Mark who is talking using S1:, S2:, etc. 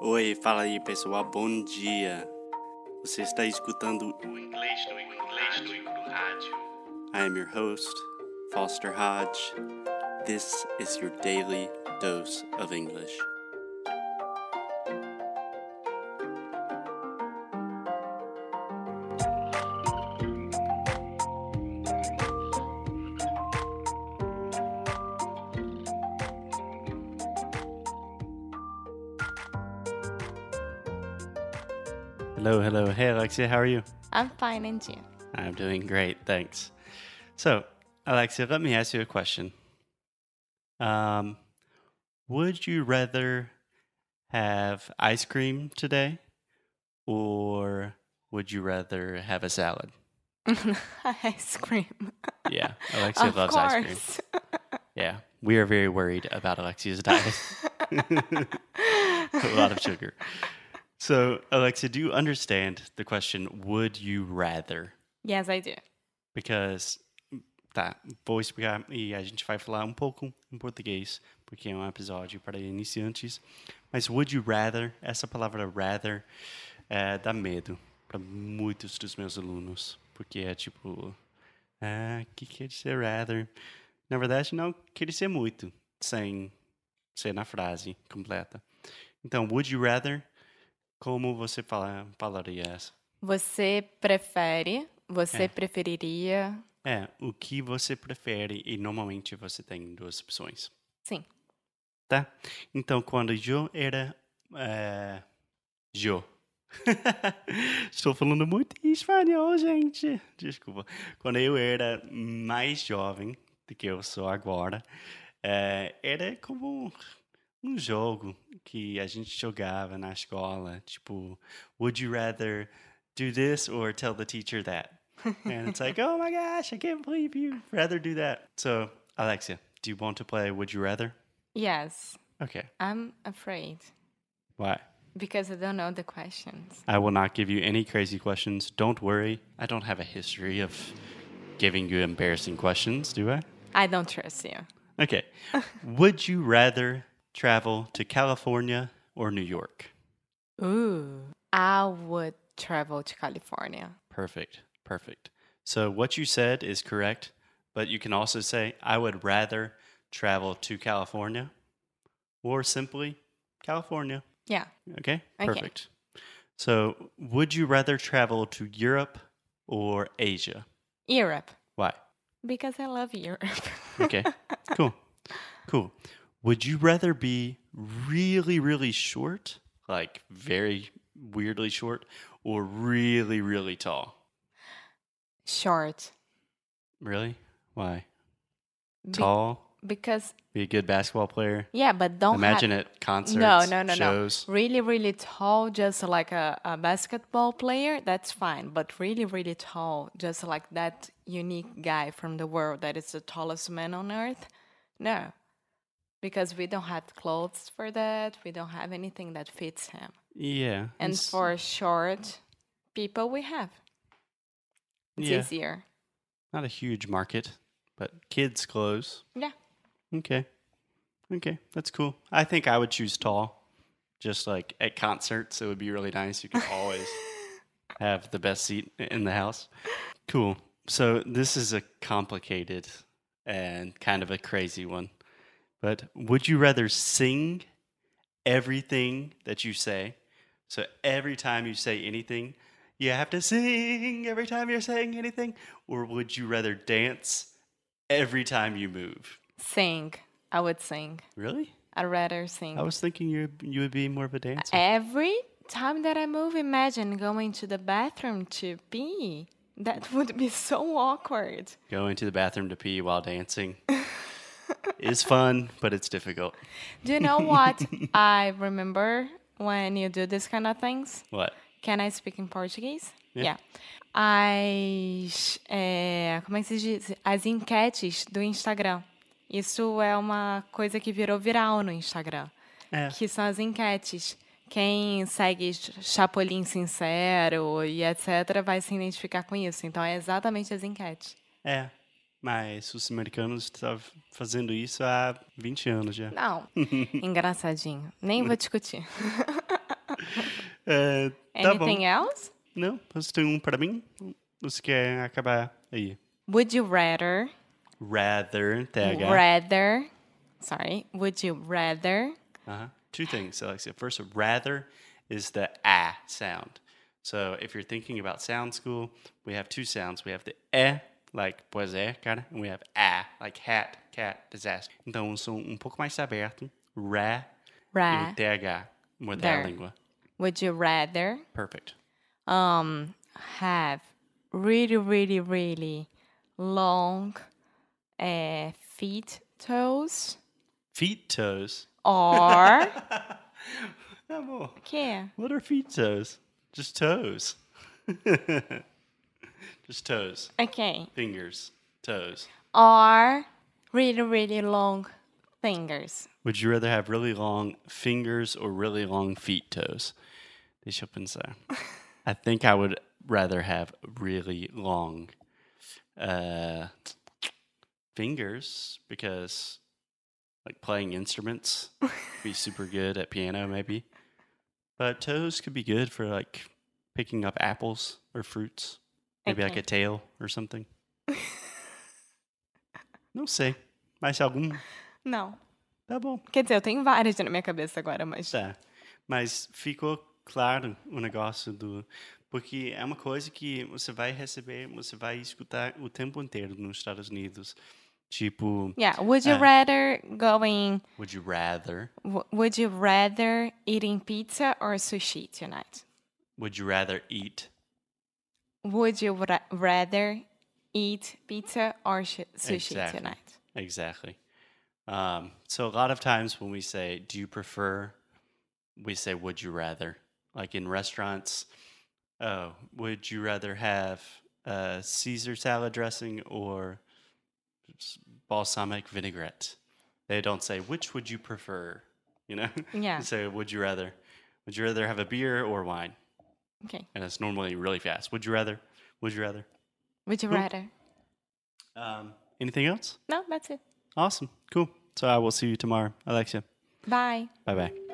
S1: Oi, fala aí pessoal, bom dia. Você está escutando
S2: O inglês do inglês do rádio.
S1: I am your host, Foster Hodge. This is your daily dose of English. Hello, hello. Hey, Alexia, how are you?
S3: I'm fine, and you?
S1: I'm doing great, thanks. So, Alexia, let me ask you a question. Um, would you rather have ice cream today or would you rather have a salad?
S3: ice cream.
S1: Yeah, Alexia
S3: of
S1: loves
S3: course.
S1: ice cream. Yeah, we are very worried about Alexia's diet. a lot of sugar. So, Alexia, do you understand the question, would you rather?
S3: Yes, I do.
S1: because tá, vou explicar e a gente vai falar um pouco em português, porque é um episódio para iniciantes. Mas would you rather, essa palavra rather é, dá medo para muitos dos meus alunos, porque é tipo, ah, o que quer dizer rather? Na verdade, não quer dizer muito, sem ser na frase completa. Então, would you rather, como você fala, falaria essa?
S3: Você prefere? Você
S1: É.
S3: preferiria?
S1: É, o que você prefere e normalmente você tem duas opções,
S3: Sim.
S1: tá? Então, quando eu era. É, eu. Estou falando muito em espanhol, gente. Desculpa. Quando eu era mais jovem do que eu sou agora, é, era como um, um jogo que a gente jogava na escola. Tipo, would you rather do this or tell the teacher that? and it's like, oh my gosh, I can't believe you rather do that. So, Alexia, do you want to play Would You Rather?
S3: Yes,
S1: Okay.
S3: I'm afraid
S1: Why?
S3: because I don't know the questions.
S1: I will not give you any crazy questions. Don't worry. I don't have a history of giving you embarrassing questions, do I?
S3: I don't trust you.
S1: Okay. Would you rather travel to California or New York?
S3: Ooh. I would travel to California.
S1: Perfect. Perfect. So, what you said is correct, but you can also say, I would rather travel to California or simply California.
S3: Yeah.
S1: Okay,
S3: Okay.
S1: perfect. So, would you rather travel to Europe or Asia?
S3: Europe.
S1: Why?
S3: Because I love Europe.
S1: Okay, cool. Cool. Would you rather be really, really short, like very weirdly short, or really, really tall?
S3: Short.
S1: Really? Why?
S3: Be-
S1: Tall?
S3: because
S1: Be a good basketball player?
S3: yeah, but don't have-
S1: Imagine it concerts,
S3: No, no, no,
S1: shows.
S3: no. Really, really tall, just like a, a basketball player, that's fine. But really, really tall, just like that unique guy from the world that is the tallest man on earth, no. Because we don't have clothes for that. We don't have anything that fits him.
S1: Yeah.
S3: And
S1: it's-
S3: for short people, we have. It's
S1: yeah,
S3: easier.
S1: not a huge market, but kids' clothes.
S3: Yeah.
S1: Okay. Okay, that's cool. I think I would choose tall. Just like at concerts, it would be really nice. You could always have the best seat in the house. Cool. So this is a complicated and kind of a crazy one. But would you rather sing everything that you say? So every time you say anything, you have to sing every time you're saying anything, or would you rather dance every time you move?
S3: Sing. I would sing.
S1: Really?
S3: I'd rather sing.
S1: I was thinking you you would be more of a dancer.
S3: Every time that I move, imagine going to the bathroom to pee. That would be so awkward.
S1: Going to the bathroom to pee while dancing is fun, but it's difficult.
S3: Do you know what I remember when you do this kind of things?
S1: What?
S3: Can I speak in Portuguese?
S1: Yeah.
S3: Yeah. As, é, como é que se diz? As enquetes do Instagram. Isso é uma coisa que virou viral no Instagram.
S1: É.
S3: Que são as enquetes. Quem segue Ch- Chapolin Sincero e etc. vai se identificar com isso. Então, é exatamente as enquetes.
S1: É. Mas os americanos estavam fazendo isso há 20 anos já.
S3: Não. Engraçadinho. Nem vou discutir.
S1: É, tá
S3: Anything
S1: bom.
S3: else?
S1: Não, você tem um pra mim? Você quer acabar aí?
S3: Would you rather?
S1: Rather, TH.
S3: Rather. Sorry. Would you rather?
S1: Uh-huh. Two things, Alexia. First, rather is the ah sound. So if you're thinking about sound school, we have two sounds. We have the eh, like poesia, cara, and we have ah, like hat, cat, disaster. Então, um som um pouco mais aberto, ra e
S3: Ra.
S1: o TH, morder a
S3: There.
S1: língua.
S3: Would you rather
S1: Perfect.
S3: um have really really really long uh, feet toes
S1: Feet toes.
S3: or
S1: Amor,
S3: yeah
S1: what are feet toes? Just toes. Just toes.
S3: okay
S1: Fingers. Toes.
S3: or really really long fingers.
S1: Would you rather have really long fingers or really long feet toes? Deixa eu pensar. I think I would rather have really long uh, fingers because like playing instruments would be super good at piano maybe. But toes could be good for like picking up apples or fruits. Maybe like
S3: Okay.
S1: a tail or something. Não sei. Mais algum?
S3: Não.
S1: Tá bom.
S3: Quer dizer, eu tenho várias na minha cabeça agora, mas.
S1: Tá. Mas ficou claro o negócio do. Porque é uma coisa que você vai receber, você vai escutar o tempo inteiro nos Estados Unidos. Tipo,
S3: Yeah, would you
S1: É.
S3: rather going
S1: would you rather?
S3: w- would you rather eating pizza or sushi tonight?
S1: Would you rather eat?
S3: Would you ra- rather eat pizza or sh- sushi
S1: Exactly.
S3: tonight?
S1: Exactly. Um, so a lot of times when we say, do you prefer, we say, would you rather? Like in restaurants, oh, would you rather have uh, Caesar salad dressing or s- balsamic vinaigrette? They don't say, which would you prefer? You know?
S3: Yeah.
S1: They say, would you rather? Would you rather have a beer or wine?
S3: Okay.
S1: And it's normally really fast. Would you rather? Would you rather?
S3: Would you
S1: Cool.
S3: rather?
S1: Um, anything else?
S3: No, that's it.
S1: Awesome. Cool. So I will see you tomorrow, Alexia.
S3: Bye.
S1: Bye bye.